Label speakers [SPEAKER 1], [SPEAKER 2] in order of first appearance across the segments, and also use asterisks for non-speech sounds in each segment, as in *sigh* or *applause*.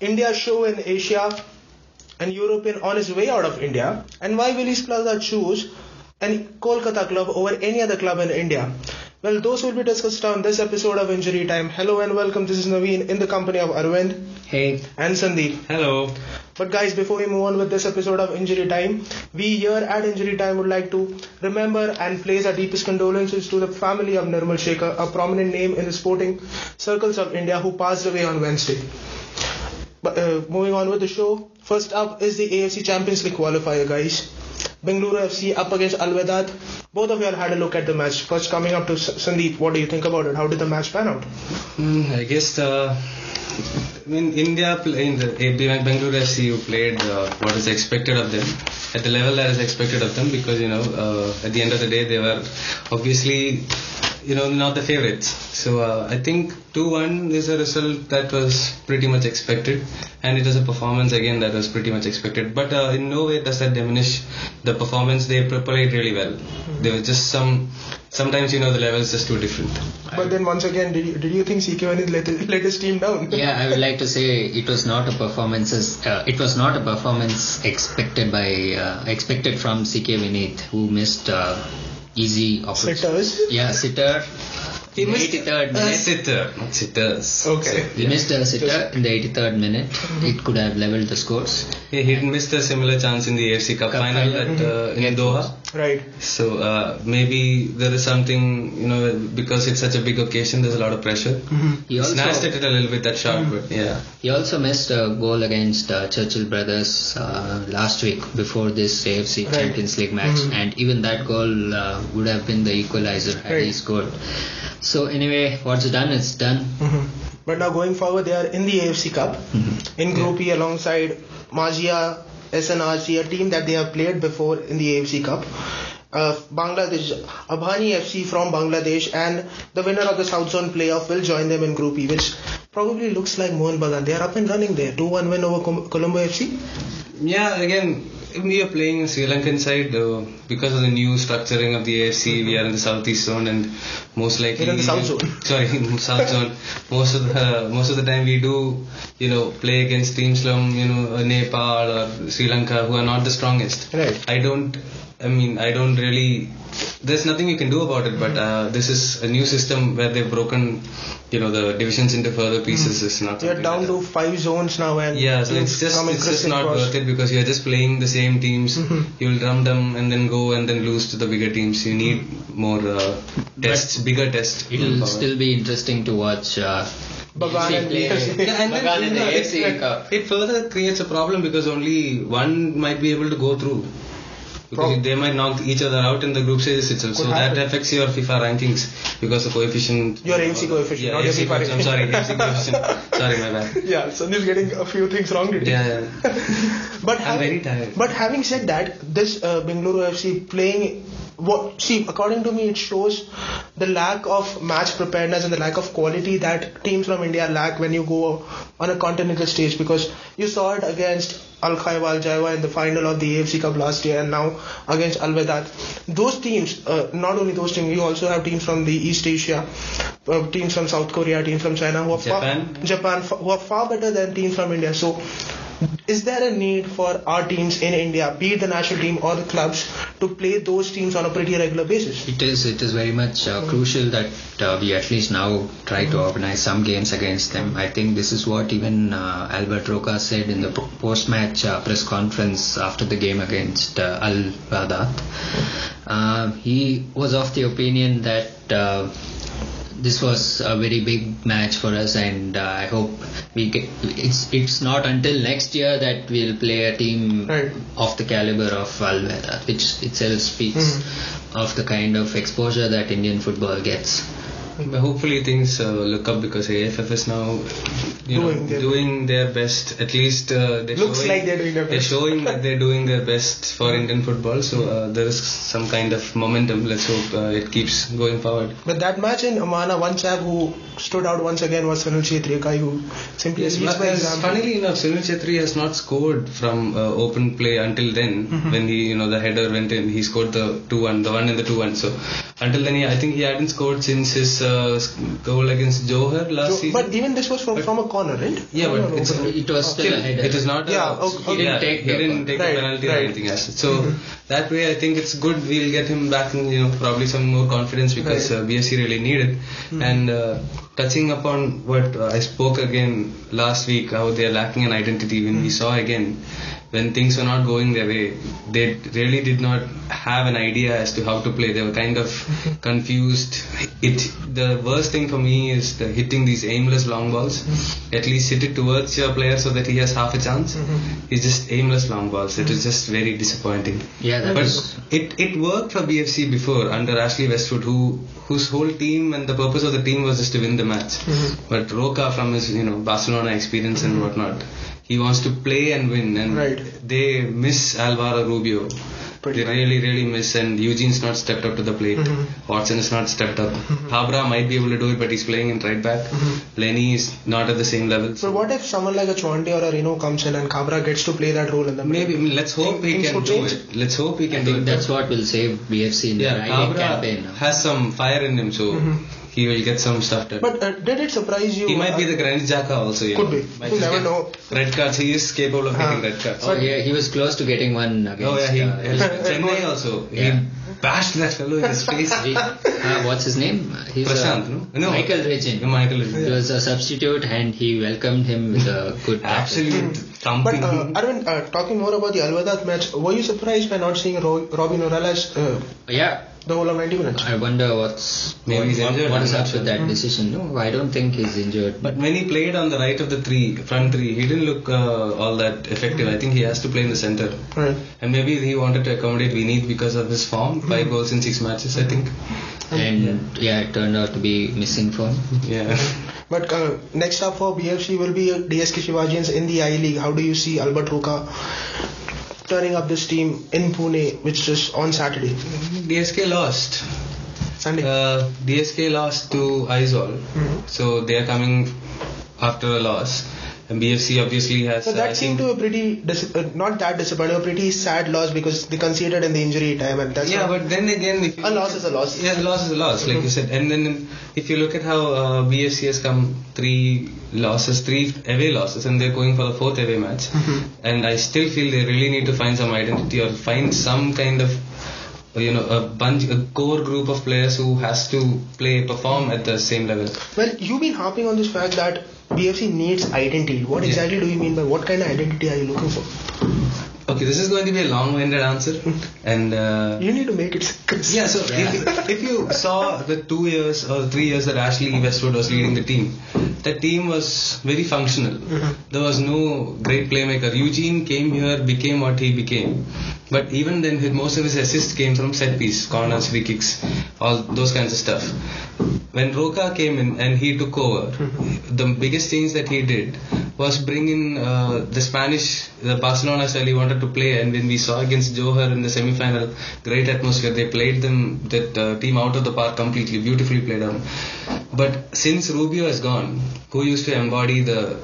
[SPEAKER 1] India show in Asia and European on his way out of India? And why will East Plaza choose an Kolkata club over any other club in India? Well, those will be discussed on this episode of Injury Time. Hello and welcome. This is Naveen in the company of Arvind
[SPEAKER 2] Hey.
[SPEAKER 1] and Sandeep.
[SPEAKER 2] Hello.
[SPEAKER 1] But guys, before we move on with this episode of Injury Time, we here at Injury Time would like to remember and place our deepest condolences to the family of Nirmal Shekhar, a prominent name in the sporting circles of India who passed away on Wednesday. But uh, moving on with the show, first up is the AFC Champions League qualifier, guys. Bengaluru FC up against Al Wehdat. Both of you all had a look at the match. First, coming up to S- Sandeep, what do you think about it? How did the match pan out?
[SPEAKER 2] Mm, I guess uh, in India, pl- in the AB Bank Bangalore FC, you played uh, what is expected of them at the level that is expected of them because you know uh, at the end of the day they were obviously you know not the favorites. So uh, I think 2-1 is a result that was pretty much expected, and it was a performance again that was pretty much expected. But uh, in no way does that diminish the performance they played really well. There was just some sometimes you know the level is just too different.
[SPEAKER 1] But then once again, did you, did you think CK let, his- let his team down?
[SPEAKER 3] Yeah, I would like to say it was not a performance. Uh, it was not a performance expected by uh, expected from CK Vinith, who missed uh, easy opportunity.
[SPEAKER 1] Sitters.
[SPEAKER 3] Yeah, sitter.
[SPEAKER 2] He
[SPEAKER 3] in the
[SPEAKER 2] missed
[SPEAKER 3] 83rd
[SPEAKER 2] Uh,
[SPEAKER 3] minute.
[SPEAKER 2] sitter, not sitters.
[SPEAKER 1] Okay.
[SPEAKER 3] He missed a sitter in the 83rd minute.
[SPEAKER 2] Mm-hmm.
[SPEAKER 3] It could have leveled the scores.
[SPEAKER 2] He, he missed a similar chance in the AFC Cup,
[SPEAKER 3] Cup
[SPEAKER 2] final,
[SPEAKER 3] final.
[SPEAKER 2] at, uh, in
[SPEAKER 3] Against
[SPEAKER 2] Doha.
[SPEAKER 1] Right.
[SPEAKER 2] So uh, maybe there is something, you know, because it's such a big occasion, there's a lot of pressure.
[SPEAKER 3] He
[SPEAKER 2] He
[SPEAKER 3] also
[SPEAKER 2] snatched at it a little bit that shot, but yeah.
[SPEAKER 3] He also missed a goal against uh, Churchill Brothers uh, last week before this AFC
[SPEAKER 1] Right. Mm-hmm.
[SPEAKER 3] Champions League match, and even that goal uh, would have been the equalizer had he
[SPEAKER 1] Right.
[SPEAKER 3] scored. So anyway, what's done is done.
[SPEAKER 1] Mm-hmm. But now going forward, they are in the AFC Cup
[SPEAKER 2] Mm-hmm.
[SPEAKER 1] in Group E alongside Magia, SNRC, a team that they have played before in the AFC Cup. Uh, Bangladesh, Abhani FC from Bangladesh, and the winner of the South Zone playoff will join them in Group E, which probably looks like Mohan Bagan. They are up and running there. 2 1 win over Com- Colombo FC.
[SPEAKER 2] Yeah, again, we are playing in Sri Lankan side uh, because of the new structuring of the AFC. We are in the southeast zone and most likely
[SPEAKER 1] We're in the south zone.
[SPEAKER 2] *laughs* Sorry, in the south zone. Most of the most of the time we do, you know, play against teams from you know uh, Nepal or Sri Lanka who are not the strongest.
[SPEAKER 1] Right.
[SPEAKER 2] I don't. I mean, I don't really. There's nothing you can do about it. But uh, this is a new system where they've broken, you know, the divisions into further pieces. It's not.
[SPEAKER 1] They are
[SPEAKER 2] something
[SPEAKER 1] Hmm. down
[SPEAKER 2] that-
[SPEAKER 1] to five zones now, and
[SPEAKER 2] yeah, so
[SPEAKER 1] teams
[SPEAKER 2] it's just
[SPEAKER 1] coming
[SPEAKER 2] it's
[SPEAKER 1] criss
[SPEAKER 2] just
[SPEAKER 1] and
[SPEAKER 2] not
[SPEAKER 1] cross.
[SPEAKER 2] worth it because you're just playing the same teams. You'll drum them and then go and then lose to the bigger teams. You need more uh, tests, bigger tests. Mm-hmm.
[SPEAKER 3] It'll
[SPEAKER 2] Power.
[SPEAKER 3] still be interesting to watch. Uh,
[SPEAKER 1] Bagan
[SPEAKER 3] AFC
[SPEAKER 1] and
[SPEAKER 3] play-
[SPEAKER 1] AFC.
[SPEAKER 2] Yeah, and then,
[SPEAKER 3] Bagan
[SPEAKER 2] you
[SPEAKER 3] and
[SPEAKER 2] know,
[SPEAKER 3] the
[SPEAKER 1] *laughs*
[SPEAKER 3] AFC
[SPEAKER 2] it,
[SPEAKER 3] Cup.
[SPEAKER 2] it further creates a problem because only one might be able to go through. Because
[SPEAKER 1] Prob-
[SPEAKER 2] they might knock each other out in the group stages itself.
[SPEAKER 1] Could
[SPEAKER 2] so
[SPEAKER 1] happen.
[SPEAKER 2] that affects your FIFA rankings because the coefficient.
[SPEAKER 1] Your AFC coefficient,
[SPEAKER 2] Yeah,
[SPEAKER 1] not your
[SPEAKER 2] AFC
[SPEAKER 1] FIFA
[SPEAKER 2] coefficient. I'm sorry, AFC *laughs* coefficient. Sorry, my
[SPEAKER 1] *laughs*
[SPEAKER 2] bad.
[SPEAKER 1] Yeah, Sandeep's getting a few things wrong today.
[SPEAKER 2] Yeah, yeah.
[SPEAKER 1] But
[SPEAKER 2] I'm
[SPEAKER 1] having,
[SPEAKER 2] very tired.
[SPEAKER 1] But having said that, this uh, Bengaluru FC playing what see according to me it shows the lack of match preparedness and the lack of quality that teams from India lack when you go on a continental stage because you saw it against Al Khaiwal Jaiwa in the final of the AFC Cup last year and now against Al Wehdat those teams uh, not only those teams you also have teams from the East Asia uh, teams from South Korea teams from China who are
[SPEAKER 2] Japan.
[SPEAKER 1] far, Japan f- who are far better than teams from India so is there a need for our teams in India, be it the national team or the clubs, to play those teams on a pretty regular basis?
[SPEAKER 3] It is. It is very much uh, crucial that uh, we at least now try to organize some games against them. I think this is what even uh, Albert Roca said in the po- post-match uh, press conference after the game against uh, Al Wehdat. Uh, he was of the opinion that. Uh, this was a very big match for us, and uh, I hope we get. It's it's not until next year that we'll play a team
[SPEAKER 1] Right.
[SPEAKER 3] of the caliber of Valverde, which itself speaks
[SPEAKER 2] Mm-hmm.
[SPEAKER 3] of the kind of exposure that Indian football gets.
[SPEAKER 2] But hopefully things uh, look up because AFF is now you
[SPEAKER 1] Doing
[SPEAKER 2] know,
[SPEAKER 1] their-
[SPEAKER 2] doing their best. At least uh, they're
[SPEAKER 1] Looks
[SPEAKER 2] showing,
[SPEAKER 1] like they're doing their
[SPEAKER 2] they're
[SPEAKER 1] best.
[SPEAKER 2] showing that they're doing their best for Indian football. So uh, there is some kind of momentum. Let's hope uh, it keeps going forward.
[SPEAKER 1] But that match in Amana, one chap who stood out once again was Sunil Chetri, a guy who simply
[SPEAKER 2] Yes,
[SPEAKER 1] leads by
[SPEAKER 2] because
[SPEAKER 1] example.
[SPEAKER 2] funnily enough, Sunil Chetri has not scored from uh,
[SPEAKER 1] Mm-hmm.
[SPEAKER 2] open play until then. When he, you know, the header went in, he scored the two-one, the one and the two-one. So Until then, he, I think he hadn't scored since his uh, goal against Johar last
[SPEAKER 1] So-
[SPEAKER 2] season.
[SPEAKER 1] but even this was from, from a corner, right?
[SPEAKER 2] Yeah, but
[SPEAKER 1] Corner
[SPEAKER 2] it's
[SPEAKER 1] opener.
[SPEAKER 2] *laughs*
[SPEAKER 3] It was still
[SPEAKER 2] Still,
[SPEAKER 3] a header.
[SPEAKER 2] it is not.
[SPEAKER 1] Oh. Yeah,
[SPEAKER 2] a,
[SPEAKER 1] okay,
[SPEAKER 2] he didn't
[SPEAKER 3] okay.
[SPEAKER 2] take, he didn't take
[SPEAKER 1] Right,
[SPEAKER 2] a penalty
[SPEAKER 1] right.
[SPEAKER 2] or anything as such. So that way, I think it's good. We'll get him back, in, you know, probably some more confidence because
[SPEAKER 1] Right. Hmm.
[SPEAKER 2] uh, BSC really needed. And uh, touching upon what uh, I spoke again last week, how they are lacking an identity. When we
[SPEAKER 1] Hmm.
[SPEAKER 2] saw again, when things were not going their way, they really did not have an idea as to how to play. They were kind
[SPEAKER 1] *laughs*
[SPEAKER 2] of confused. It the worst thing for me is the hitting these aimless long balls. At least hit it towards your player so that he has half a chance.
[SPEAKER 1] Hmm. Mm-hmm.
[SPEAKER 2] It's just aimless long balls. It is just very disappointing.
[SPEAKER 3] Yeah, that was
[SPEAKER 2] But it, it worked for BFC before under Ashley Westwood, who whose whole team and the purpose of the team was just to win the match.
[SPEAKER 1] Hmm. Mm-hmm.
[SPEAKER 2] But Roca, from his you know Barcelona experience and whatnot, he wants to play and win. And
[SPEAKER 1] Right.
[SPEAKER 2] they miss Alvaro Rubio.
[SPEAKER 1] Pretty Mm-hmm.
[SPEAKER 2] they really really miss. And Eugene's not stepped up to the plate. Watson is not stepped up. Habra might be able to do it, but he's playing in right back. Lenny is not at the same level.
[SPEAKER 1] Mm-hmm. But what if someone like a Chwante or a Reno comes in and Kabra gets to play that role in the middle?
[SPEAKER 2] Maybe I mean, let's hope he
[SPEAKER 1] Things
[SPEAKER 2] can
[SPEAKER 1] would
[SPEAKER 2] do
[SPEAKER 1] change.
[SPEAKER 2] it. Let's hope he can
[SPEAKER 3] I
[SPEAKER 2] do it.
[SPEAKER 3] think
[SPEAKER 2] But-
[SPEAKER 3] that's what will save BFC in
[SPEAKER 2] Yeah,
[SPEAKER 3] their IDEC campaign.
[SPEAKER 2] Abra has some fire in him, so he will get some stuff done.
[SPEAKER 1] Mm-hmm. But uh, did it surprise you? Uh,
[SPEAKER 2] he might be the Granit Xhaka also. You
[SPEAKER 1] Could
[SPEAKER 2] know.
[SPEAKER 1] be.
[SPEAKER 2] Might
[SPEAKER 1] You
[SPEAKER 2] just
[SPEAKER 1] never
[SPEAKER 2] get
[SPEAKER 1] know.
[SPEAKER 2] Red cards. He is capable of
[SPEAKER 1] Huh.
[SPEAKER 2] getting red cards.
[SPEAKER 3] Oh yeah, he was close to getting one against.
[SPEAKER 2] Oh yeah, he,
[SPEAKER 3] uh,
[SPEAKER 2] he- *laughs* Chennai also.
[SPEAKER 3] Yeah.
[SPEAKER 2] He bashed that fellow in his
[SPEAKER 3] *laughs*
[SPEAKER 2] face.
[SPEAKER 3] he- uh, what's his name? He's
[SPEAKER 2] Prashant,
[SPEAKER 3] uh,
[SPEAKER 2] no? No.
[SPEAKER 3] Michael Regin.
[SPEAKER 2] Michael is
[SPEAKER 3] He was a substitute, and he welcomed him with a
[SPEAKER 2] *laughs*
[SPEAKER 3] good tackle.
[SPEAKER 2] absolute
[SPEAKER 1] But
[SPEAKER 2] thumping.
[SPEAKER 1] uh, Arvind, uh, talking more about the Al Wadat match, were you surprised by not seeing Ro- Robbie Norales uh,
[SPEAKER 3] Yeah,
[SPEAKER 1] the whole of 90 minutes?
[SPEAKER 3] I wonder what's
[SPEAKER 2] Maybe
[SPEAKER 3] what-
[SPEAKER 2] he's
[SPEAKER 3] what-
[SPEAKER 2] injured,
[SPEAKER 3] what is
[SPEAKER 2] I'm
[SPEAKER 3] up
[SPEAKER 2] not
[SPEAKER 3] with that decision. No, I don't think he's injured.
[SPEAKER 2] But when he played on the right of the three, front three, he didn't look uh, all that effective. I think he has to play in the center.
[SPEAKER 1] Right.
[SPEAKER 2] And maybe he wanted to accommodate Vinith because of his form.
[SPEAKER 1] Hmm.
[SPEAKER 2] Five goals in six matches, I think. Mm-hmm.
[SPEAKER 3] and yeah, it turned out to be missing for him.
[SPEAKER 2] Yeah.
[SPEAKER 1] But uh, next up for BFC will be uh, DSK Shivajians in the I League. How do you see Albert Roca turning up this team in Pune, which is on Saturday,
[SPEAKER 2] DSK lost.
[SPEAKER 1] Sunday? Mm-hmm.
[SPEAKER 2] Uh, DSK lost to Aizawl, so they are coming after a loss. And BFC obviously has.
[SPEAKER 1] so
[SPEAKER 2] uh, I
[SPEAKER 1] that seemed
[SPEAKER 2] think-
[SPEAKER 1] to a pretty dis- uh, not that disappointing, a pretty sad loss because they conceded in the injury time, and that's
[SPEAKER 2] yeah,
[SPEAKER 1] not-
[SPEAKER 2] but then again, if you
[SPEAKER 1] a loss is a loss.
[SPEAKER 2] yeah, the loss is a loss, like you said. And then if you look at how uh, BFC has come three losses, three away losses, and they're going for the fourth away match.
[SPEAKER 1] Mm-hmm.
[SPEAKER 2] And I still feel they really need to find some identity or find some kind of uh, you know a bunch a core group of players who has to play perform at the same level
[SPEAKER 1] Well, you've been harping on this fact that BFC needs identity. What
[SPEAKER 2] Yeah.
[SPEAKER 1] exactly do you mean by what kind of identity are you looking for?
[SPEAKER 2] Okay, this is going to be a long-winded
[SPEAKER 1] *laughs*
[SPEAKER 2] answer, and uh,
[SPEAKER 1] You need to make it crisp.
[SPEAKER 2] yeah. So If, if you saw the two years or three years that Ashley Westwood was leading the team, the team was very functional.
[SPEAKER 1] Mm-hmm.
[SPEAKER 2] There was no great playmaker. Eugene came here, became what he became, but even then, his, most of his assists came from set piece, corners, free kicks, all those kinds of stuff. When Roca came in and he took over, the biggest change that he did was bring in uh, the Spanish, the Barcelona style he wanted to play. And when we saw against Johar in the semi final, great atmosphere. They played them, that uh, team out of the park completely, beautifully played them. But since Rubio has gone, who used to embody the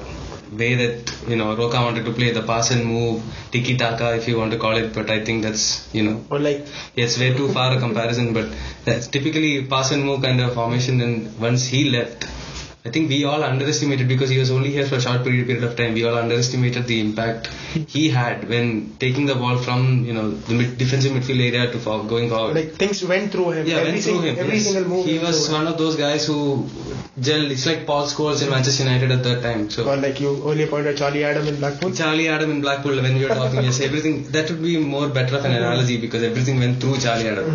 [SPEAKER 2] way that you know Roca wanted to play the pass and move tiki taka if you want to call it but I think that's you know
[SPEAKER 1] Or like,
[SPEAKER 2] it's way too far a comparison, but that's typically pass and move kind of formation. And once he left, I think we all underestimated because he was only here for a short period period of time. We all underestimated the impact he had when taking the ball from you know the mid- defensive midfield area to for, going forward.
[SPEAKER 1] like things went through him.
[SPEAKER 2] yeah,
[SPEAKER 1] every
[SPEAKER 2] went
[SPEAKER 1] sing-
[SPEAKER 2] through him.
[SPEAKER 1] Every
[SPEAKER 2] yes.
[SPEAKER 1] single move.
[SPEAKER 2] he
[SPEAKER 1] went
[SPEAKER 2] was
[SPEAKER 1] through him.
[SPEAKER 2] one of those guys who gel. It's like Paul Scholes in Manchester United at that time. So
[SPEAKER 1] Or like you earlier pointed, Charlie Adam in Blackpool.
[SPEAKER 2] Charlie Adam in Blackpool when we were talking, yes, everything that would be more better of an analogy because everything went through Charlie Adam.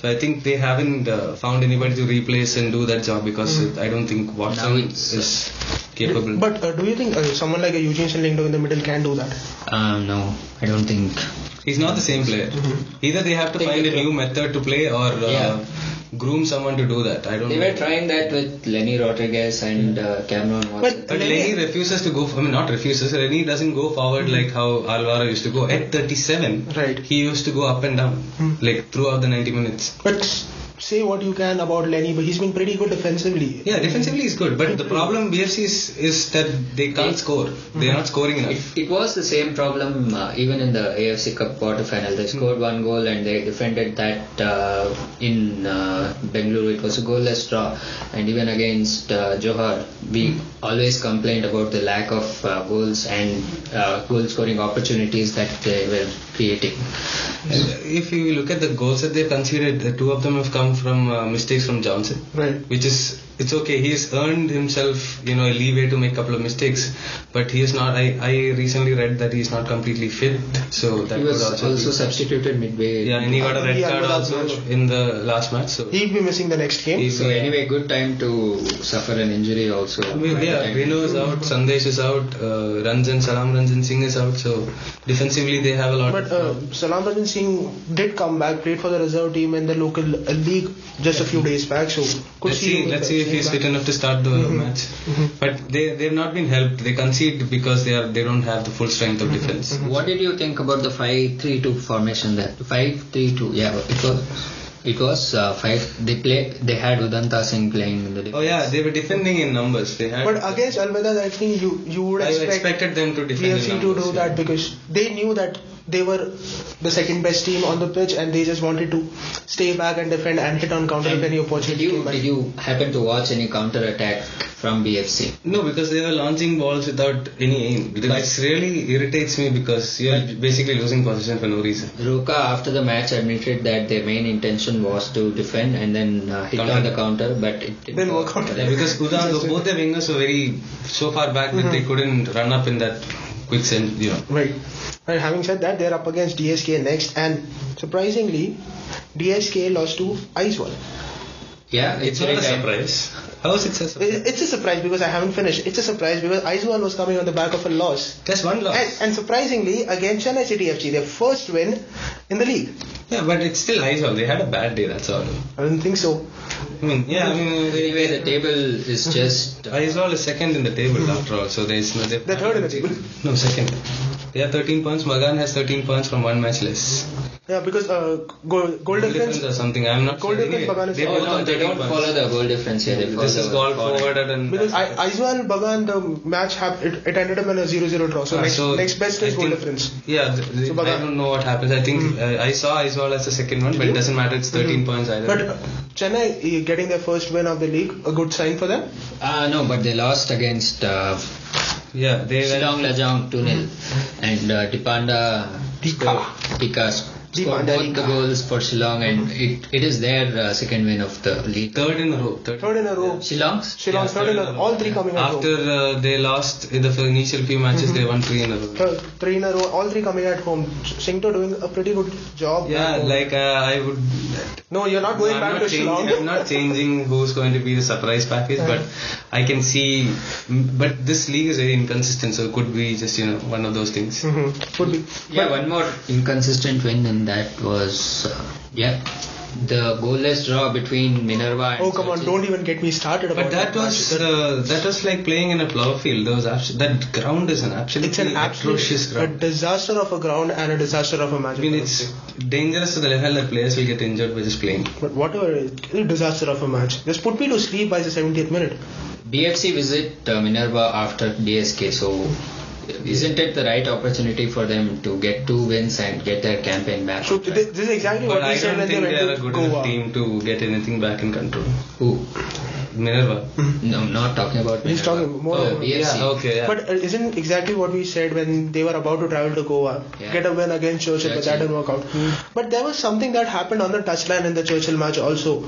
[SPEAKER 2] So I think they haven't uh, found anybody to replace and do that job because I don't think
[SPEAKER 3] Now
[SPEAKER 2] Watson
[SPEAKER 3] it's,
[SPEAKER 2] is capable.
[SPEAKER 1] But uh, do you think uh, someone like a Eugene Schindler in the middle can do that?
[SPEAKER 3] Um, no, I don't think.
[SPEAKER 2] He's not the same player. Either they have to
[SPEAKER 3] Think
[SPEAKER 2] find a
[SPEAKER 3] it-
[SPEAKER 2] new method to play or uh,
[SPEAKER 3] Yeah.
[SPEAKER 2] groom someone to do that. I don't.
[SPEAKER 3] They
[SPEAKER 2] know.
[SPEAKER 3] were trying that with Lenny Rodriguez and uh, Cameron Watson.
[SPEAKER 2] But Lenny refuses to go. I mean, not refuses. Lenny doesn't go forward like how Alvaro used to go. At 37,
[SPEAKER 1] Right.
[SPEAKER 2] he used to go up and down, like throughout the 90 minutes.
[SPEAKER 1] But say what you can about Lenny, but he's been pretty good defensively.
[SPEAKER 2] Yeah, defensively is good, but the problem BFC is, is that they can't score. They're not scoring enough.
[SPEAKER 3] It, it was the same problem uh, even in the AFC Cup quarter final.
[SPEAKER 2] Hmm.
[SPEAKER 3] They scored one goal and they defended that uh, in uh, Bengaluru. It was a goalless draw. And even against uh, Johor,
[SPEAKER 2] Hmm.
[SPEAKER 3] we always complained about the lack of uh, goals and uh, goal scoring opportunities that they were creating.
[SPEAKER 2] And If you look at the goals that they've conceded, the two of them have come from uh, mistakes from Johnson.
[SPEAKER 1] Right.
[SPEAKER 2] which is it's okay he's earned himself you know a leeway to make a couple of mistakes but he is not i i recently read that he's not completely fit so that
[SPEAKER 3] He
[SPEAKER 2] was
[SPEAKER 3] was
[SPEAKER 2] also,
[SPEAKER 3] also substituted midway.
[SPEAKER 2] yeah and he got a red
[SPEAKER 1] Yeah,
[SPEAKER 2] card
[SPEAKER 1] but
[SPEAKER 2] also
[SPEAKER 1] also-
[SPEAKER 2] in the last match so
[SPEAKER 1] He'll be missing the next game.
[SPEAKER 2] he's
[SPEAKER 3] So anyway, good time to suffer an injury also.
[SPEAKER 2] I mean, yeah, Renu is out, Sandesh is out, uh, Ranjan, Salam Ranjan Singh is out, so defensively they have a lot.
[SPEAKER 1] But uh, Salam Ranjan Singh did come back, played for the reserve team in the local uh, league just a few days back. So could
[SPEAKER 2] let's see, let's see if he's fit enough to start the
[SPEAKER 1] Mm-hmm.
[SPEAKER 2] match. But they they've not been helped. They concede because they are they don't have the full strength
[SPEAKER 1] Mm-hmm.
[SPEAKER 2] of defense.
[SPEAKER 3] What did you think about the five-three-two formation there? Five-three-two. Yeah, it was. It was uh, five. They play. They had Udanta Singh playing in the.
[SPEAKER 2] Oh yeah, they were defending in numbers. They had
[SPEAKER 1] But against Almeida, I think you you would
[SPEAKER 2] I
[SPEAKER 1] expect
[SPEAKER 2] expected them to defend.
[SPEAKER 1] PFC
[SPEAKER 2] in
[SPEAKER 1] to
[SPEAKER 2] numbers,
[SPEAKER 1] do
[SPEAKER 2] yeah.
[SPEAKER 1] that because they knew that they were the second best team on the pitch and they just wanted to stay back and defend and hit on counter if any opportunity.
[SPEAKER 3] Did you
[SPEAKER 1] came back.
[SPEAKER 3] did you happen to watch any counter attack from BFC?
[SPEAKER 2] No, because they were launching balls without any aim. This really irritates me because you're basically losing possession for no reason.
[SPEAKER 3] Ruka after the match admitted that their main intention was to defend and then uh, hit on the counter, but it didn't
[SPEAKER 1] Didn't work out.
[SPEAKER 2] Yeah, because Udang, both their wingers were very so far back that they couldn't run up in that quick sense. You know.
[SPEAKER 1] Right. And having said that, they're up against DSK next, and surprisingly, DSK lost to Icewall.
[SPEAKER 3] Yeah,
[SPEAKER 2] It's
[SPEAKER 3] it's,
[SPEAKER 2] not
[SPEAKER 3] very
[SPEAKER 2] a
[SPEAKER 3] time-
[SPEAKER 2] surprise. How is it a surprise?
[SPEAKER 1] It- It's a surprise because I haven't finished. It's a surprise because Icewall was coming on the back of a loss.
[SPEAKER 2] Just one loss.
[SPEAKER 1] And, and surprisingly, against Chennai City FG, their first win in the league.
[SPEAKER 2] yeah, but it's still Aizwal. They had a bad day. That's all.
[SPEAKER 1] I don't think so.
[SPEAKER 2] I mean, yeah, I mean, they,
[SPEAKER 3] Anyway, the table is
[SPEAKER 2] *laughs*
[SPEAKER 3] just uh,
[SPEAKER 2] Aizwal is second in the table after all. So there's no.
[SPEAKER 1] They're third in the table.
[SPEAKER 2] No, second. They have 13 points. Magan has 13 points from one match less.
[SPEAKER 1] Yeah, because uh, goal, goal difference.
[SPEAKER 2] Difference or something. I'm not
[SPEAKER 1] Goal
[SPEAKER 2] sure.
[SPEAKER 1] difference, Magan is
[SPEAKER 2] they
[SPEAKER 1] second.
[SPEAKER 3] Oh,
[SPEAKER 2] both
[SPEAKER 3] no,
[SPEAKER 2] have
[SPEAKER 3] they
[SPEAKER 2] 13
[SPEAKER 3] don't
[SPEAKER 2] points.
[SPEAKER 3] follow the goal difference here. They follow
[SPEAKER 2] This is
[SPEAKER 3] the
[SPEAKER 2] goal
[SPEAKER 3] forward.
[SPEAKER 2] forwarded and
[SPEAKER 1] Because Aizwal, Bagan, the uh, match hap- it, it ended up in a 0-0 draw. So,
[SPEAKER 2] Uh,
[SPEAKER 1] next, next best
[SPEAKER 2] I
[SPEAKER 1] is goal
[SPEAKER 2] think-
[SPEAKER 1] difference.
[SPEAKER 2] Yeah, th- th-
[SPEAKER 1] So Hmm.
[SPEAKER 2] I
[SPEAKER 1] Bagan-
[SPEAKER 2] don't know what happens. I think uh, I saw Aizwal as the second one, but it doesn't matter. It's 13 points either.
[SPEAKER 1] But uh, Chennai uh, getting their first win of the league, a good sign for them.
[SPEAKER 3] Uh, no, but they lost against uh,
[SPEAKER 2] yeah, they were.
[SPEAKER 3] Shillong Lajong 2 0.
[SPEAKER 1] Hmm.
[SPEAKER 3] And uh, Dipanda
[SPEAKER 1] Dika.
[SPEAKER 3] Dika scored
[SPEAKER 1] Dipanda
[SPEAKER 3] both the
[SPEAKER 1] Dika.
[SPEAKER 3] goals for Shillong, and it, it is their uh, second win of the league.
[SPEAKER 2] Third in a row. Third.
[SPEAKER 1] Third in a row.
[SPEAKER 3] Shillong's?
[SPEAKER 1] Shillong,
[SPEAKER 2] Yeah,
[SPEAKER 1] third in a row. All three coming in a row.
[SPEAKER 2] After uh, they lost in the f- initial few matches, they won three in a row.
[SPEAKER 1] Third, three in a row. All three coming at home. Singto doing a pretty good job.
[SPEAKER 2] Yeah,
[SPEAKER 1] at home.
[SPEAKER 2] like uh, I would.
[SPEAKER 1] No, you're not going
[SPEAKER 2] I'm
[SPEAKER 1] back
[SPEAKER 2] not
[SPEAKER 1] to
[SPEAKER 2] changing-
[SPEAKER 1] Shillong.
[SPEAKER 2] I'm not changing who's going to be the surprise package, but
[SPEAKER 1] Uh-huh.
[SPEAKER 2] I can see. mm, But this league is very inconsistent, so it could be just you know one of those things.
[SPEAKER 1] Mhm. *laughs* Could be.
[SPEAKER 3] Yeah, one more inconsistent win, and that was, uh, yeah, the goalless draw between Minerva and
[SPEAKER 1] Oh come on!
[SPEAKER 3] Sochi.
[SPEAKER 1] Don't even get me started about
[SPEAKER 2] But that was uh, that was like playing in a plough field. Those abs- that ground is an absolutely
[SPEAKER 1] It's an
[SPEAKER 2] atrocious
[SPEAKER 1] absolute a
[SPEAKER 2] ground.
[SPEAKER 1] disaster of a ground and a disaster of a match.
[SPEAKER 2] I mean, it's dangerous to the level that players will get injured by just playing.
[SPEAKER 1] But whatever, it's a disaster of a match. Just put me to sleep by the 70th minute.
[SPEAKER 3] BFC visit uh, Minerva after DSK, so isn't it the right opportunity for them to get two wins and get their campaign back?
[SPEAKER 1] So th- this is exactly
[SPEAKER 2] But
[SPEAKER 1] what we
[SPEAKER 2] I
[SPEAKER 1] said
[SPEAKER 2] don't
[SPEAKER 1] when they
[SPEAKER 2] think
[SPEAKER 1] went
[SPEAKER 2] they are a
[SPEAKER 1] to
[SPEAKER 2] good
[SPEAKER 1] Goa.
[SPEAKER 2] enough team to get anything back in control.
[SPEAKER 3] Who?
[SPEAKER 2] Minerva.
[SPEAKER 3] No, I'm not talking about.
[SPEAKER 1] He's
[SPEAKER 3] Minerva.
[SPEAKER 1] talking more
[SPEAKER 3] Oh,
[SPEAKER 1] about-
[SPEAKER 3] BFC.
[SPEAKER 2] Yeah, okay, yeah.
[SPEAKER 1] But uh, isn't exactly what we said when they were about to travel to Goa,
[SPEAKER 3] Yeah.
[SPEAKER 1] get a win against Churchill, but that
[SPEAKER 3] Churchill.
[SPEAKER 1] didn't work out. But there was something that happened on the touchline in the Churchill match also,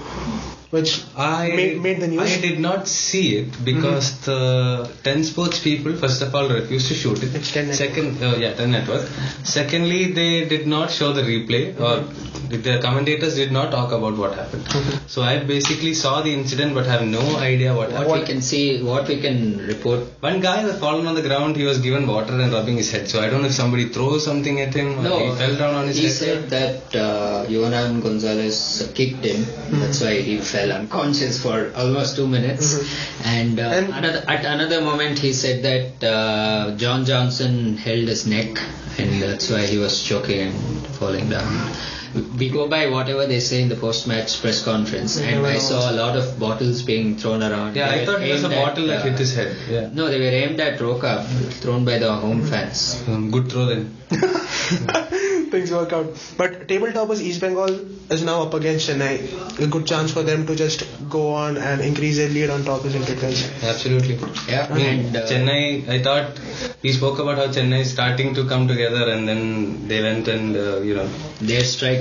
[SPEAKER 1] which *laughs*
[SPEAKER 2] I
[SPEAKER 1] made, made the news. Mm-hmm.
[SPEAKER 2] I did not see it because the ten sports people first of all refused to shoot it.
[SPEAKER 1] It's 10 network.
[SPEAKER 2] Second, uh, yeah, ten network. Secondly, they did not show the replay
[SPEAKER 1] Mm-hmm.
[SPEAKER 2] or the commentators did not talk about what happened.
[SPEAKER 1] Mm-hmm.
[SPEAKER 2] So I basically saw the incident but have no idea what
[SPEAKER 3] What,
[SPEAKER 2] happened.
[SPEAKER 3] we can see, what we can report.
[SPEAKER 2] One guy has fallen on the ground. He was given water and rubbing his head. So I don't know if somebody throws something at him or he fell down on his
[SPEAKER 3] he
[SPEAKER 2] head.
[SPEAKER 3] said that uh, Yonan Gonzalez kicked him.
[SPEAKER 2] Hmm.
[SPEAKER 3] That's why he fell unconscious for almost two minutes.
[SPEAKER 2] Hmm.
[SPEAKER 3] And, uh,
[SPEAKER 1] And-
[SPEAKER 3] another, at another moment, he said that uh, John Johnson held his neck, and that's why he was choking and falling down. we go by whatever they say in the post-match press conference,
[SPEAKER 1] They
[SPEAKER 3] and
[SPEAKER 1] never
[SPEAKER 3] I
[SPEAKER 1] know.
[SPEAKER 3] saw a lot of bottles being thrown around.
[SPEAKER 2] Yeah,
[SPEAKER 3] They
[SPEAKER 2] I
[SPEAKER 3] were
[SPEAKER 2] thought it was a
[SPEAKER 3] aimed at,
[SPEAKER 2] bottle that
[SPEAKER 3] uh,
[SPEAKER 2] hit his head. Yeah.
[SPEAKER 3] No, they were aimed at Roca, thrown by the home fans.
[SPEAKER 2] Um, good throw then.
[SPEAKER 1] Things work out. But table toppers East Bengal is now up against Chennai. A good chance for them to just go on and increase their lead on top is intense.
[SPEAKER 2] Absolutely.
[SPEAKER 3] Yeah,
[SPEAKER 2] I mean,
[SPEAKER 3] and uh,
[SPEAKER 2] Chennai, I thought we spoke about how Chennai is starting to come together and then they went and, uh, you know,
[SPEAKER 3] their striker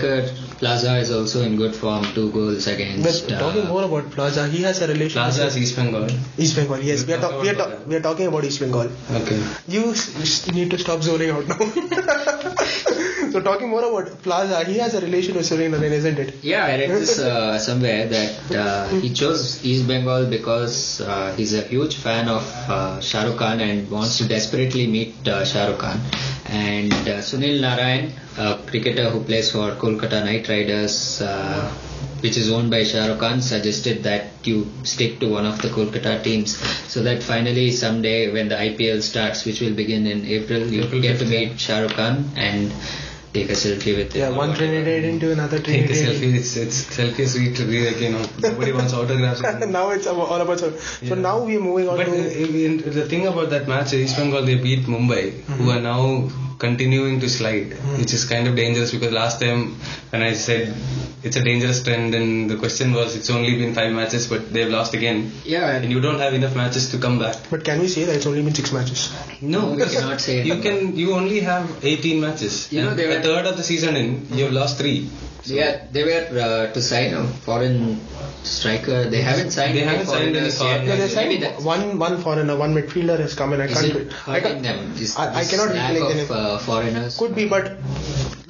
[SPEAKER 3] Plaza is also in good form. Two goals
[SPEAKER 1] But
[SPEAKER 3] against.
[SPEAKER 1] talking
[SPEAKER 3] uh,
[SPEAKER 1] more about Plaza, he has a relation
[SPEAKER 2] Plaza is East Bengal.
[SPEAKER 1] East Bengal. Yes, we are, talk- we, are talk- we are talking about East Bengal.
[SPEAKER 2] Okay.
[SPEAKER 1] You s- s- need to stop zoning out now. *laughs* so talking more about Plaza, he has a relation with Serena Renn, isn't it?
[SPEAKER 3] Yeah, I read this uh, somewhere that uh, he chose East Bengal because uh, he's a huge fan of uh, Shah Rukh Khan and wants to desperately meet uh, Shah Rukh Khan. And uh, Sunil Narayan, a cricketer who plays for Kolkata Knight Riders, uh, which is owned by Shah Rukh Khan, suggested that you stick to one of the Kolkata teams so that finally someday when the IPL starts, which will begin in April, you
[SPEAKER 2] April
[SPEAKER 3] get to
[SPEAKER 2] 15th.
[SPEAKER 3] meet Shah Rukh Khan and take a selfie with him.
[SPEAKER 1] Yeah,
[SPEAKER 3] or
[SPEAKER 1] one
[SPEAKER 3] whatever.
[SPEAKER 1] Trinidadian to another
[SPEAKER 2] Take a
[SPEAKER 1] Trinidadian.
[SPEAKER 2] selfie. It's, it's selfie is sweet to be like, you know, nobody wants autographs.
[SPEAKER 1] *laughs* now it's ab- all about her. So
[SPEAKER 2] Yeah.
[SPEAKER 1] now we're moving on
[SPEAKER 2] But uh,
[SPEAKER 1] to
[SPEAKER 2] in, the thing about that match, East Bengal they beat Mumbai, who are now continuing to slide, which is kind of dangerous because last time when I said it's a dangerous trend, and the question was it's only been five matches, but they've lost again,
[SPEAKER 3] Yeah,
[SPEAKER 2] and you don't have enough matches to come back.
[SPEAKER 1] but can we say that it's only been six matches?
[SPEAKER 2] No,
[SPEAKER 3] we
[SPEAKER 2] because
[SPEAKER 3] cannot say
[SPEAKER 2] you
[SPEAKER 3] that.
[SPEAKER 2] can. You only have 18 matches.
[SPEAKER 3] You know,
[SPEAKER 2] And
[SPEAKER 3] they
[SPEAKER 2] a
[SPEAKER 3] were-
[SPEAKER 2] third of the season in, you've lost three.
[SPEAKER 3] Yeah, they were uh, to sign a foreign striker. They haven't signed.
[SPEAKER 2] They
[SPEAKER 3] any
[SPEAKER 2] haven't signed any
[SPEAKER 3] foreigners
[SPEAKER 2] foreign-
[SPEAKER 3] yet.
[SPEAKER 1] No,
[SPEAKER 2] Yeah,
[SPEAKER 1] they're
[SPEAKER 3] Maybe
[SPEAKER 1] saying
[SPEAKER 3] that's-
[SPEAKER 1] one one foreigner, one midfielder has come and I
[SPEAKER 3] Is
[SPEAKER 1] can't.
[SPEAKER 3] it
[SPEAKER 1] I can't
[SPEAKER 3] hurting them? This,
[SPEAKER 1] I- I
[SPEAKER 3] this
[SPEAKER 1] cannot
[SPEAKER 3] lack
[SPEAKER 1] recollect
[SPEAKER 3] of
[SPEAKER 1] any-
[SPEAKER 3] uh, foreigners.
[SPEAKER 1] could be, but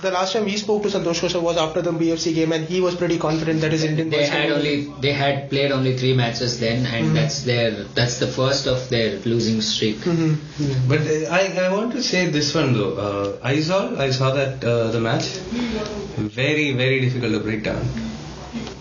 [SPEAKER 1] the last time we spoke to Santosh Kosar was after the BFC game, and he was pretty confident that his Indian
[SPEAKER 3] they
[SPEAKER 1] was
[SPEAKER 3] had
[SPEAKER 1] gonna-
[SPEAKER 3] only they had played only three matches then, and that's their that's the first of their losing streak.
[SPEAKER 1] Mhm.
[SPEAKER 2] But uh, I, I want to say this one though. Uh, I saw I saw that uh, the match. Very very difficult to break down.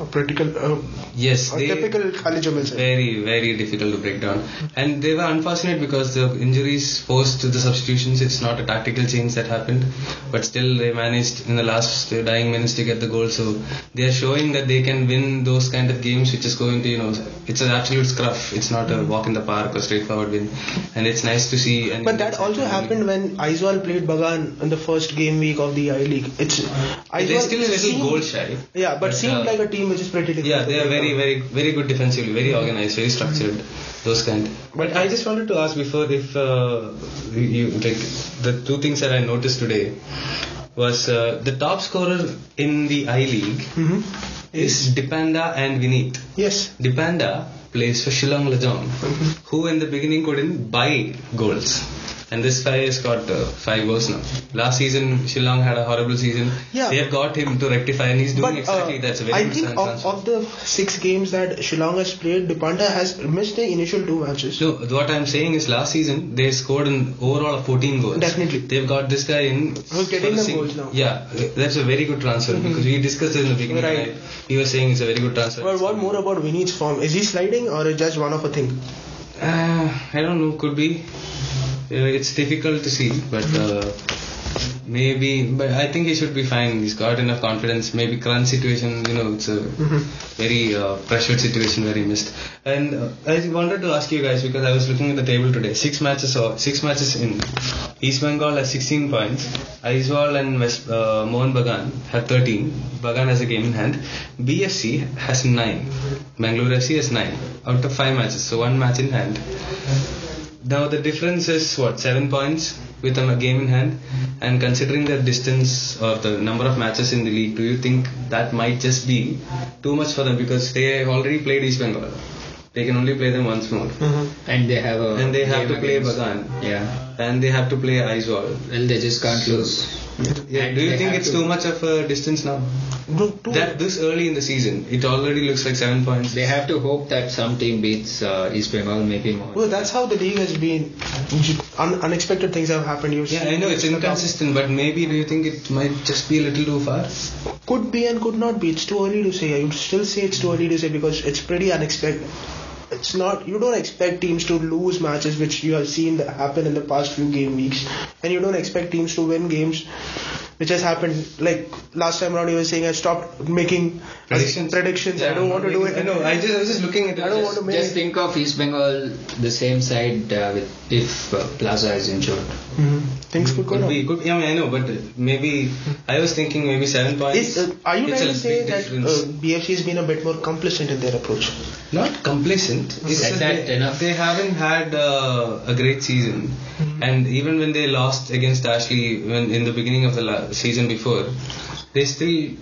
[SPEAKER 1] A critical, uh,
[SPEAKER 2] Yes,
[SPEAKER 1] a
[SPEAKER 2] they
[SPEAKER 1] typical Khalid Jumal sir.
[SPEAKER 2] very very difficult to break down. And they were unfortunate because the injuries forced to the substitutions. It's not a tactical change that happened, but still they managed in the last uh, dying minutes to get the goal. So they are showing that they can win those kind of games, which is going to you know it's an absolute scruff. It's not a walk in the park or straightforward win, and it's nice to see. And
[SPEAKER 1] But that also happened when Aizwal played Bagan in the first game week of the I League. It's
[SPEAKER 2] They're
[SPEAKER 1] Aizwal
[SPEAKER 2] still a little
[SPEAKER 1] seemed-
[SPEAKER 2] goal shy.
[SPEAKER 1] Yeah, but,
[SPEAKER 2] But,
[SPEAKER 1] seemed
[SPEAKER 2] uh,
[SPEAKER 1] like a team which is pretty difficult.
[SPEAKER 2] Yeah, they
[SPEAKER 1] to
[SPEAKER 2] are
[SPEAKER 1] break
[SPEAKER 2] very,
[SPEAKER 1] down.
[SPEAKER 2] very, very good defensively, very organized, very structured, those kind. But I just wanted to ask before if uh, you like the two things that I noticed today was uh, the top scorer in the I League
[SPEAKER 1] Mhm.
[SPEAKER 2] is Dipanda and Vineet.
[SPEAKER 1] Yes.
[SPEAKER 2] Dipanda plays for Shillong Lajong, who in the beginning couldn't buy goals. And this guy has got uh, five goals now. Last season, Shillong had a horrible season.
[SPEAKER 1] Yeah.
[SPEAKER 2] They have got him to rectify, and he's doing
[SPEAKER 1] But
[SPEAKER 2] exactly
[SPEAKER 1] uh,
[SPEAKER 2] that. It's a very
[SPEAKER 1] I
[SPEAKER 2] good
[SPEAKER 1] think
[SPEAKER 2] trans-
[SPEAKER 1] of,
[SPEAKER 2] transfer.
[SPEAKER 1] of the six games that Shillong has played, Dipanda has missed the initial two matches.
[SPEAKER 2] So what I'm saying is, last season they scored an overall of 14 goals.
[SPEAKER 1] Definitely.
[SPEAKER 2] they've got this guy in.
[SPEAKER 1] Who's getting
[SPEAKER 2] for
[SPEAKER 1] the
[SPEAKER 2] sing-
[SPEAKER 1] goals now. Mm-hmm.
[SPEAKER 2] Yeah, that's a very good transfer because we discussed it in the beginning.
[SPEAKER 1] Right.
[SPEAKER 2] and We were saying it's a very good transfer.
[SPEAKER 1] But what more about Vinny's form? Is he sliding or is just one of a thing?
[SPEAKER 2] Uh, I don't know. Could be. Uh, it's difficult to see, but. Uh, Maybe, but I think he should be fine. He's got enough confidence. Maybe current situation, you know, it's a very uh, pressured situation where he missed. And uh, I wanted to ask you guys because I was looking at the table today. Six matches or six matches in. East Bengal has 16 points. Aizwal and West, uh, Mohan Bagan have 13. Bagan has a game in hand. BFC has nine. Bangalore FC has nine out of five matches. So one match in hand. Now the difference is what seven points with a game in hand, and considering the distance or the number of matches in the league, do you think that might just be too much for them because they already played East Bengal? They can only play them once more,
[SPEAKER 1] Mm-hmm.
[SPEAKER 3] And they have a.
[SPEAKER 2] and they have
[SPEAKER 3] game
[SPEAKER 2] to play
[SPEAKER 3] against-
[SPEAKER 2] Bagan,
[SPEAKER 3] Yeah.
[SPEAKER 2] and they have to play Aizwal.
[SPEAKER 3] Well, they just can't lose.
[SPEAKER 2] Yeah,
[SPEAKER 3] And
[SPEAKER 2] do you
[SPEAKER 3] they
[SPEAKER 2] think
[SPEAKER 3] have
[SPEAKER 2] it's
[SPEAKER 3] to-
[SPEAKER 2] too much of a distance now?
[SPEAKER 1] No, two.
[SPEAKER 2] That this early in the season, it already looks like seven points.
[SPEAKER 3] They have to hope that some team beats uh, East Bengal, maybe more.
[SPEAKER 1] Well, that's how the league has been. Un- unexpected things have happened. You've
[SPEAKER 2] Yeah,
[SPEAKER 1] seen
[SPEAKER 2] I know it's
[SPEAKER 1] the top-
[SPEAKER 2] inconsistent, but maybe do you think it might just be a little too far?
[SPEAKER 1] Could be and could not be. It's too early to say. I would still say it's too early to say because it's pretty unexpected. It's not. You don't expect teams to lose matches, which you have seen that happen in the past few game weeks, and you don't expect teams to win games which has happened. Like last time around, you were saying I stopped making
[SPEAKER 2] Predictions.
[SPEAKER 1] predictions. I
[SPEAKER 2] Yeah,
[SPEAKER 1] don't want to do
[SPEAKER 2] making-
[SPEAKER 1] it.
[SPEAKER 2] No, I just I was just looking at it.
[SPEAKER 1] I don't
[SPEAKER 2] just-
[SPEAKER 1] want to make.
[SPEAKER 3] Just think of East Bengal the same side uh, with if uh, Plaza is injured.
[SPEAKER 1] Mhm. Things could go
[SPEAKER 2] Could
[SPEAKER 1] down.
[SPEAKER 2] be, could be. I mean, I know, but uh, maybe I was thinking maybe seven points.
[SPEAKER 1] Is, uh, are you
[SPEAKER 2] It's
[SPEAKER 1] trying
[SPEAKER 2] a
[SPEAKER 1] to say
[SPEAKER 2] big
[SPEAKER 1] that
[SPEAKER 2] difference.
[SPEAKER 1] uh, BFC has been a bit more complacent in their approach?
[SPEAKER 2] not complacent. It's
[SPEAKER 3] Like
[SPEAKER 2] just
[SPEAKER 3] that
[SPEAKER 2] they,
[SPEAKER 3] enough.
[SPEAKER 2] they haven't had uh, a great season,
[SPEAKER 1] Mm-hmm.
[SPEAKER 2] and even when they lost against Ashley when in the beginning of the la- season before, they still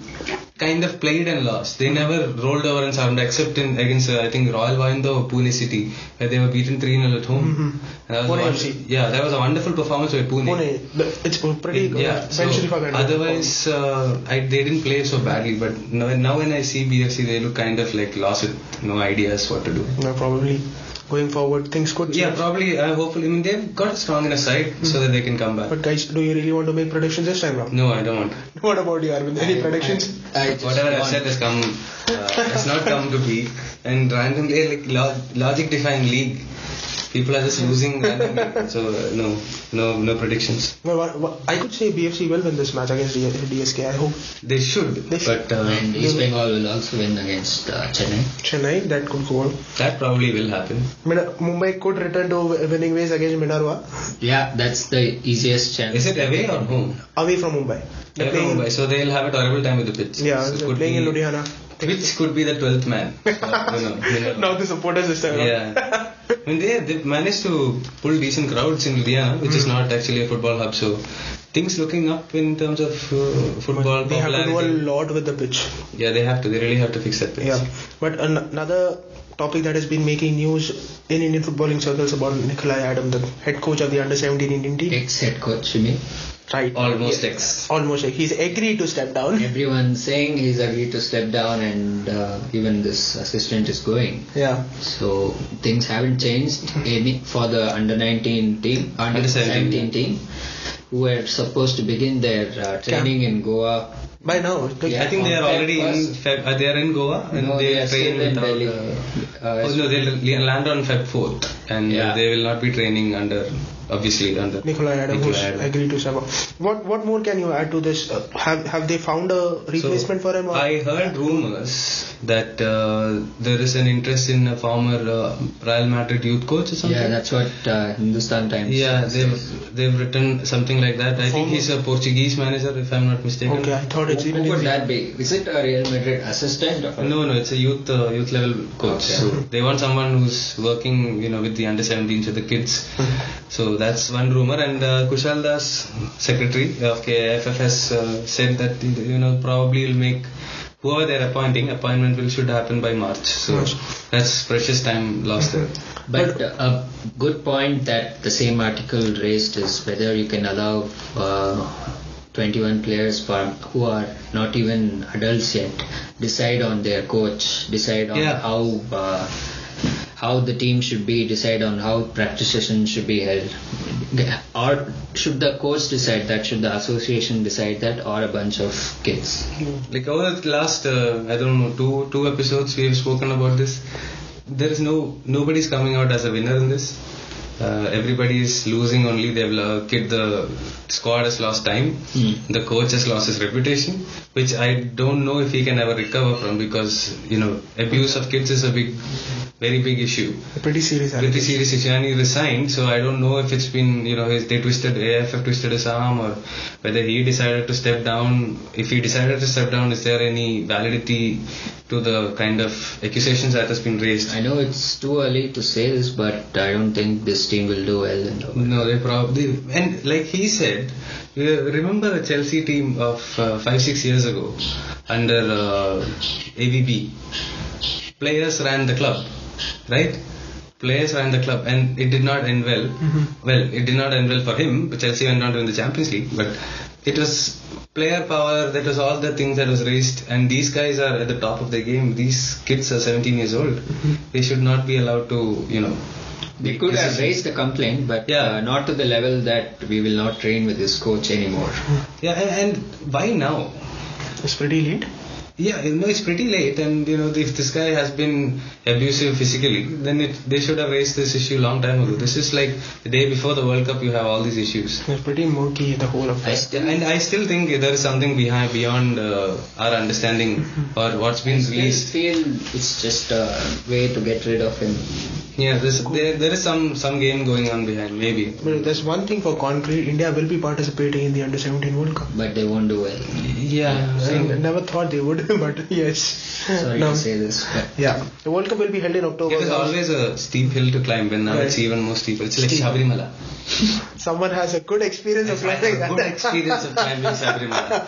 [SPEAKER 2] kind of played and lost. They
[SPEAKER 1] Mm-hmm.
[SPEAKER 2] never rolled over and surrendered, except in against uh, I think Royal Vaindo or Pune City, where they were beaten three 0 at home. And that was
[SPEAKER 1] Mm-hmm.
[SPEAKER 2] a
[SPEAKER 1] Pune
[SPEAKER 2] won-
[SPEAKER 1] FC.
[SPEAKER 2] yeah, that was a wonderful performance by Pune.
[SPEAKER 1] Pune, the- it's pretty good.
[SPEAKER 2] Yeah, so
[SPEAKER 1] Century for kind of-
[SPEAKER 2] otherwise uh, I, they didn't play so badly but now, now when I see BFC they look kind of like lost with no ideas what to do
[SPEAKER 1] No, probably going forward things could
[SPEAKER 2] yeah
[SPEAKER 1] change.
[SPEAKER 2] probably uh, hopefully I mean they've got strong enough side so that they can come back
[SPEAKER 1] But guys, do you really want to make predictions this time around?
[SPEAKER 2] no I don't want
[SPEAKER 1] *laughs* What about you, Arvind? Any predictions?
[SPEAKER 3] I
[SPEAKER 2] whatever I've said has come uh, it's not come to be and randomly like lo- logic defined league people are just losing randomly so uh, no no no predictions
[SPEAKER 1] Well, what- what- I could say BFC will win this match against D- DSK. I hope
[SPEAKER 2] they should
[SPEAKER 1] They should.
[SPEAKER 2] but uh,
[SPEAKER 3] And East Bengal will also win against uh, Chennai.
[SPEAKER 1] Chennai that could go on.
[SPEAKER 2] that probably will happen
[SPEAKER 1] Min- Mumbai could return to wi- winning ways against Minerva
[SPEAKER 3] Yeah, that's the easiest chance.
[SPEAKER 2] is it away or home
[SPEAKER 1] away from Mumbai.
[SPEAKER 2] I
[SPEAKER 1] They're
[SPEAKER 2] don't know
[SPEAKER 1] playing,
[SPEAKER 2] why. So they'll have a terrible time with the pitch.
[SPEAKER 1] yeah,
[SPEAKER 2] so
[SPEAKER 1] they're
[SPEAKER 2] could
[SPEAKER 1] playing in
[SPEAKER 2] be-
[SPEAKER 1] Ludhiana.
[SPEAKER 2] Which could be the twelfth man.
[SPEAKER 1] *laughs*
[SPEAKER 2] So, you know, you never know.
[SPEAKER 1] Now the supporters this time. around.
[SPEAKER 2] *laughs* Yeah. I mean, they they managed to pull decent crowds in Ludhiana, which is not actually a football hub. So things looking up in terms of uh, football
[SPEAKER 1] They have to do a
[SPEAKER 2] popularity.
[SPEAKER 1] lot with the pitch.
[SPEAKER 2] Yeah, they have to. They really have to fix that pitch.
[SPEAKER 1] Yeah. But an- another topic that has been making news in Indian footballing circles about Nikolai Adam, the head coach of the under 17 Indian team.
[SPEAKER 3] Ex head coach, you mean?
[SPEAKER 1] Right.
[SPEAKER 2] Almost
[SPEAKER 1] Yeah.
[SPEAKER 2] X.
[SPEAKER 1] Almost. He's agreed to step down.
[SPEAKER 3] Everyone saying he's agreed to step down, and uh, even this assistant is going.
[SPEAKER 1] Yeah.
[SPEAKER 3] So things haven't *laughs* changed any for the under 19 team, under 17
[SPEAKER 2] 17,
[SPEAKER 3] team, who were supposed to begin their uh, training in Goa.
[SPEAKER 1] By now. it's like-
[SPEAKER 3] Yeah.
[SPEAKER 2] I think they are
[SPEAKER 3] Compact
[SPEAKER 2] already in.
[SPEAKER 3] was-
[SPEAKER 2] Feb, uh, they are in Goa and
[SPEAKER 3] No,
[SPEAKER 2] they,
[SPEAKER 3] they are
[SPEAKER 2] train
[SPEAKER 3] still in
[SPEAKER 2] without.
[SPEAKER 3] Delhi.
[SPEAKER 2] uh,
[SPEAKER 3] Uh,
[SPEAKER 2] oh, no, they'll they'll land on Feb 4th, and
[SPEAKER 3] Yeah.
[SPEAKER 2] they will not be training under, obviously under
[SPEAKER 1] Nikolai Adam
[SPEAKER 2] Nikolai
[SPEAKER 1] who's
[SPEAKER 2] Adam.
[SPEAKER 1] agreed to step down. What what more can you add to this? Uh, have have they found a replacement
[SPEAKER 2] So,
[SPEAKER 1] for him? Or?
[SPEAKER 2] I heard rumors that uh, there is an interest in a former uh, Real Madrid youth coach or something.
[SPEAKER 3] Yeah, that's what uh, Hindustan Times.
[SPEAKER 2] Yeah,
[SPEAKER 3] says.
[SPEAKER 2] they've they've written something like that. I think
[SPEAKER 1] Former-
[SPEAKER 2] he's a Portuguese manager, if I'm not mistaken.
[SPEAKER 1] okay, I thought it's
[SPEAKER 3] Who
[SPEAKER 1] Indian.
[SPEAKER 3] could that be? Is it a Real Madrid assistant? Or
[SPEAKER 2] No, no, it's a youth uh, youth level coach.
[SPEAKER 3] Okay.
[SPEAKER 2] So they want someone who's working, you know, with the under 17s with the kids. so that's one rumor. And uh, Kushal Das, secretary of KFF, has uh, said that you know probably will make whoever they're appointing appointment will should happen by March. So
[SPEAKER 1] March.
[SPEAKER 2] that's precious time lost there.
[SPEAKER 3] But uh, a good point that the same article raised is whether you can allow uh, 21 players for, who are not even adults yet decide on their coach, decide on
[SPEAKER 2] Yeah.
[SPEAKER 3] how uh, how the team should be, decide on how practice sessions should be held, or should the coach decide that? Should the association decide that, or a bunch of kids?
[SPEAKER 2] Like over the last, uh, I don't know, two two episodes we have spoken about this. There is no nobody's coming out as a winner in this. Uh, everybody is losing only. They've lo- kid the squad has lost time. The coach has lost his reputation, which I don't know if he can ever recover from because you know abuse of kids is a big, very big issue.
[SPEAKER 1] Pretty serious. I
[SPEAKER 2] With the
[SPEAKER 1] think.
[SPEAKER 2] series, Ishani resigned, so I don't know if it's been, you know, his, they twisted, AFF twisted his arm or whether he decided to step down. If he decided to step down, is there any validity to the kind of accusations that has been raised?
[SPEAKER 3] I know it's too early to say this, but I don't think this team will do well in the
[SPEAKER 2] No, they probably and like he said, you remember the Chelsea team of uh, five six years ago under uh, ABB. Players ran the club, right? Players ran the club, and it did not end well. Well, it did not end well for him. But Chelsea went on to win the Champions League, but it was player power. That was all the things that was raised, and these guys are at the top of the game. These kids are 17 years old. They should not be allowed to, you know.
[SPEAKER 3] They
[SPEAKER 2] make
[SPEAKER 3] could have
[SPEAKER 2] decisions.
[SPEAKER 3] raised the complaint, but
[SPEAKER 2] Yeah.
[SPEAKER 3] uh, not to the level that we will not train with this coach anymore.
[SPEAKER 2] Yeah, and, and why now?
[SPEAKER 1] It's pretty late.
[SPEAKER 2] Yeah, you know, it's pretty late, and you know, if this guy has been abusive physically, then it, they should have raised this issue long time ago. This is like the day before the World Cup, you have all these issues.
[SPEAKER 1] They're pretty murky, the whole
[SPEAKER 3] I
[SPEAKER 1] affair.
[SPEAKER 3] still
[SPEAKER 2] And I still think there is something behind beyond uh, our understanding or what's been
[SPEAKER 3] I
[SPEAKER 2] released.
[SPEAKER 3] feel it's just a way to get rid of him.
[SPEAKER 2] Yeah, there's, there there is some some game going on behind, maybe.
[SPEAKER 1] But there's one thing for concrete India will be participating in the Under 17 World Cup.
[SPEAKER 3] But they won't do well.
[SPEAKER 2] Yeah,
[SPEAKER 1] I
[SPEAKER 2] so-
[SPEAKER 1] never thought they would, *laughs* but yes.
[SPEAKER 3] Sorry
[SPEAKER 1] No.
[SPEAKER 3] to say this, but
[SPEAKER 1] Yeah. The World Cup will be held in October.
[SPEAKER 2] It is always a steep hill to climb, and now it's
[SPEAKER 1] Right.
[SPEAKER 2] even more steeper. It's like
[SPEAKER 1] Steep.
[SPEAKER 2] Sabrimala.
[SPEAKER 1] Someone has a good experience of
[SPEAKER 2] I
[SPEAKER 1] life like
[SPEAKER 2] had a
[SPEAKER 1] *laughs*
[SPEAKER 2] good
[SPEAKER 1] that.
[SPEAKER 2] experience of climbing Sabrimala.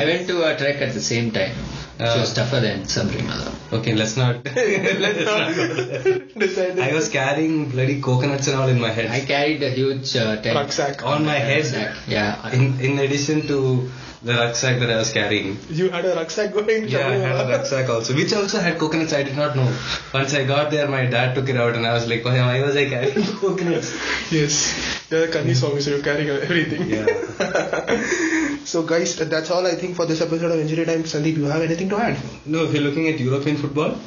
[SPEAKER 3] I went to a trek at the same time.
[SPEAKER 2] Ah.
[SPEAKER 3] It was tougher than Sabrimala.
[SPEAKER 2] Okay, let's not. *laughs*
[SPEAKER 1] Decided.
[SPEAKER 2] I was carrying bloody coconuts and all in my
[SPEAKER 3] I
[SPEAKER 2] head.
[SPEAKER 3] carried a huge uh, tent.
[SPEAKER 1] Rucksack.
[SPEAKER 2] On my head.
[SPEAKER 3] Rucksack, Yeah.
[SPEAKER 2] *laughs* In, in addition to the rucksack that I was carrying.
[SPEAKER 1] You had a rucksack going.
[SPEAKER 2] Yeah, I had a rucksack also, which also had coconuts. I did not know. Once I got there, my dad took it out, and I was like, "Why why was I carrying *laughs* coconuts?"
[SPEAKER 1] *laughs* Yes. You're a Kani Swami, so you're carrying everything.
[SPEAKER 2] Yeah.
[SPEAKER 1] So, guys, that's all I think for this episode of Injury Time. Sandeep, you have anything to add?
[SPEAKER 2] No, if you're looking at European football,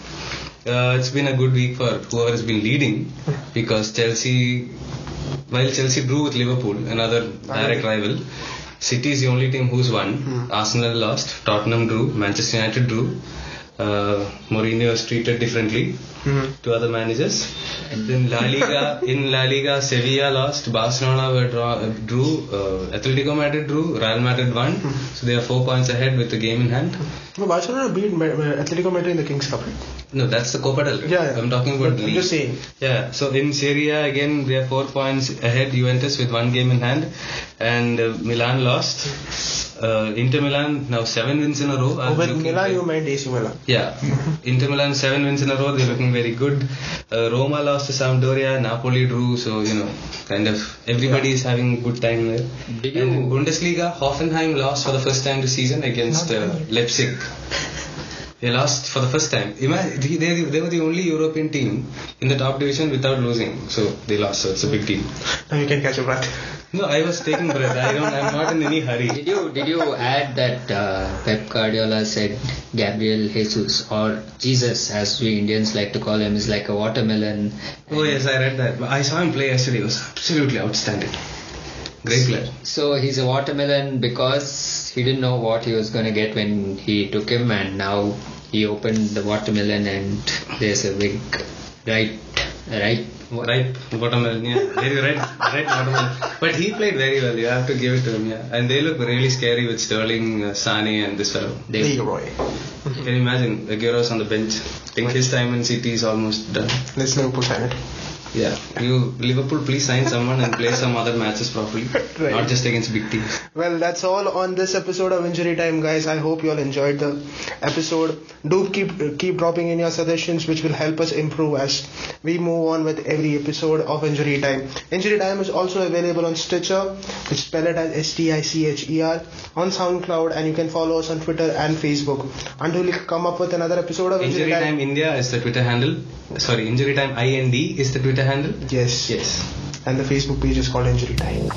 [SPEAKER 2] uh, it's been a good week for whoever has been leading because Chelsea, while Chelsea drew with Liverpool, another direct rival, City is the only team who's won. Arsenal lost, Tottenham drew, Manchester United drew. Uh, Mourinho was treated differently
[SPEAKER 1] Mm-hmm.
[SPEAKER 2] to other managers. Then La Liga, in La Liga, Sevilla lost, Barcelona were draw, uh, drew, uh, Atletico Madrid drew, Real Madrid won. So they are four points ahead with the game in hand.
[SPEAKER 1] No, Barcelona beat Ma- Ma- Atletico Madrid in the Kings Cup. right?
[SPEAKER 2] No, that's the Copa del Rey.
[SPEAKER 1] Yeah, yeah.
[SPEAKER 2] I'm talking about
[SPEAKER 1] But
[SPEAKER 2] the
[SPEAKER 1] I'm
[SPEAKER 2] league.
[SPEAKER 1] just saying.
[SPEAKER 2] Yeah, so in Serie A again, they are four points ahead Juventus with one game in hand, and uh, Milan lost. Uh, Inter Milan now seven wins in a row. are
[SPEAKER 1] Oh, with
[SPEAKER 2] looking
[SPEAKER 1] Milan,
[SPEAKER 2] very-
[SPEAKER 1] you meant AC Milan.
[SPEAKER 2] *laughs* yeah, Inter Milan seven wins in a row. They're looking very good. Uh, Roma lost to Sampdoria. Napoli drew. So you know, kind of everybody is having a good time there.
[SPEAKER 3] Did
[SPEAKER 2] and
[SPEAKER 3] you-
[SPEAKER 2] in Bundesliga, Hoffenheim lost for the first time this season against uh, Leipzig. They lost for the first time. Imagine, they, they, they were the only European team in the top division without losing. So they lost. So it's a big team.
[SPEAKER 1] Now you can catch your breath.
[SPEAKER 2] No, I was taking breath. I don't. I'm not in any hurry.
[SPEAKER 3] Did you did you add that uh, Pep Guardiola said Gabriel Jesus or Jesus as we Indians like to call him is like a watermelon?
[SPEAKER 2] Oh yes, I read that. I saw him play yesterday. He was absolutely outstanding. Great player.
[SPEAKER 3] So he's a watermelon because he didn't know what he was going to get when he took him, and now he opened the watermelon, and there's a big right, right.
[SPEAKER 2] Ripe watermelon, yeah. Very red, red watermelon. But he played very well. You have to give it to him, yeah. And they look really scary with Sterling, uh, Sane, and this fellow.
[SPEAKER 3] They,
[SPEAKER 1] Leroy.
[SPEAKER 2] Can you imagine Aguero's on the bench? Think his time in City is almost done.
[SPEAKER 1] Let's Liverpool sign it.
[SPEAKER 2] Yeah. You Liverpool, please sign someone and play some other matches properly,
[SPEAKER 1] Right.
[SPEAKER 2] not just against big teams.
[SPEAKER 1] Well, that's all on this episode of Injury Time, guys. I hope you all enjoyed the episode. Do keep keep dropping in your suggestions, which will help us improve as we move on with every episode of Injury Time. Injury Time is also available on Stitcher, which spell it as S T I C H E R, on SoundCloud, and you can follow us on Twitter and Facebook. Until we come up with another episode of Injury,
[SPEAKER 2] Injury
[SPEAKER 1] Time.
[SPEAKER 2] Time India is the Twitter handle. Sorry, Injury Time IND is the Twitter handle.
[SPEAKER 1] Yes.
[SPEAKER 2] Yes.
[SPEAKER 1] And the Facebook page is called Injury Time.